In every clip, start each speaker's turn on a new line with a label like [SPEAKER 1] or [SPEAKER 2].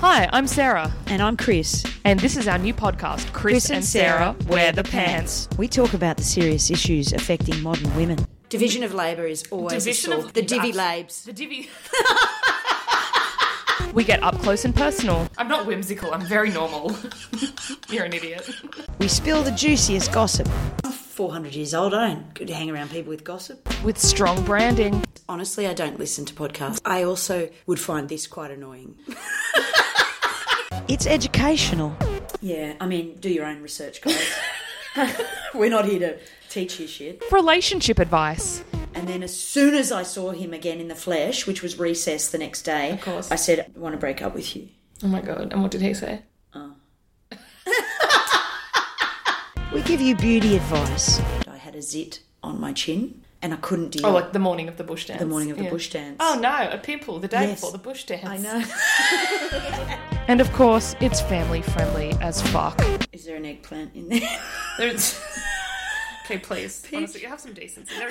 [SPEAKER 1] Hi, I'm Sarah,
[SPEAKER 2] And I'm Chris.
[SPEAKER 1] and this is our new podcast, Chris, and, Sarah, Wear the Pants.
[SPEAKER 2] We talk about the serious issues affecting modern women. Division of labour is always the divvy labs.
[SPEAKER 1] The divvy. we get up close and personal. I'm not whimsical, I'm very normal. You're an idiot.
[SPEAKER 2] We spill the juiciest gossip. I'm 400 years old. I don't good hang around people with gossip.
[SPEAKER 1] With strong branding.
[SPEAKER 2] Honestly, I don't listen to podcasts. I also would find this quite annoying. it's educational. Yeah, I mean, do your own research, guys. We're not here to teach you shit.
[SPEAKER 1] Relationship advice.
[SPEAKER 2] And then as soon as I saw him again in the flesh, which was recess the next day, of
[SPEAKER 1] course.
[SPEAKER 2] I said, I want to break up with you.
[SPEAKER 1] Oh my god, and what did he say?
[SPEAKER 2] We give you beauty advice. I had a zit on my chin and I couldn't deal
[SPEAKER 1] Oh,
[SPEAKER 2] with
[SPEAKER 1] like the morning of the bush dance.
[SPEAKER 2] the morning of the bush dance.
[SPEAKER 1] Oh no, a pimple the day
[SPEAKER 2] Yes.
[SPEAKER 1] before the bush dance.
[SPEAKER 2] I know.
[SPEAKER 1] And of course, it's family friendly as fuck.
[SPEAKER 2] Is there an eggplant in there?
[SPEAKER 1] There's- okay, please. Honestly, have some decency. There-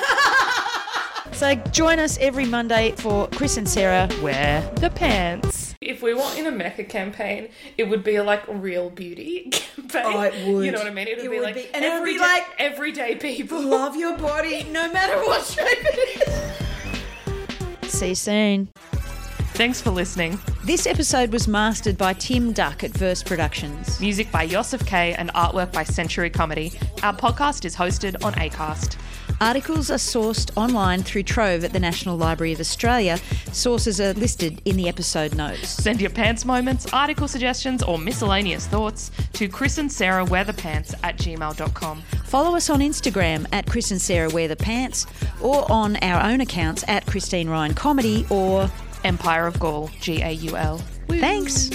[SPEAKER 2] so join us every Monday for Chris and Sarah.
[SPEAKER 1] Wear the pants. If we were in a Mecca campaign, it would be a, like real beauty campaign.
[SPEAKER 2] Oh, it would.
[SPEAKER 1] You know what I mean? It would
[SPEAKER 2] It
[SPEAKER 1] be
[SPEAKER 2] would
[SPEAKER 1] like
[SPEAKER 2] be- and it would
[SPEAKER 1] every
[SPEAKER 2] be
[SPEAKER 1] day-
[SPEAKER 2] like-
[SPEAKER 1] everyday people.
[SPEAKER 2] Love your body no matter what shape it is. See you soon.
[SPEAKER 1] Thanks for listening.
[SPEAKER 2] This episode was mastered by Tim Duck at Verse Productions.
[SPEAKER 1] Music by Yosef K and artwork by Century Comedy. Our podcast is hosted on Acast.
[SPEAKER 2] Articles are sourced online through Trove at the National Library of Australia. Sources are listed in the episode notes.
[SPEAKER 1] Send your pants moments, article suggestions, or miscellaneous thoughts to Chris and Sarah Wear the Pants at gmail.com.
[SPEAKER 2] Follow us on Instagram at Chris and Sarah Wear the Pants or on our own accounts at Christine Ryan Comedy or
[SPEAKER 1] Empire of Gaul, G A U L.
[SPEAKER 2] Thanks.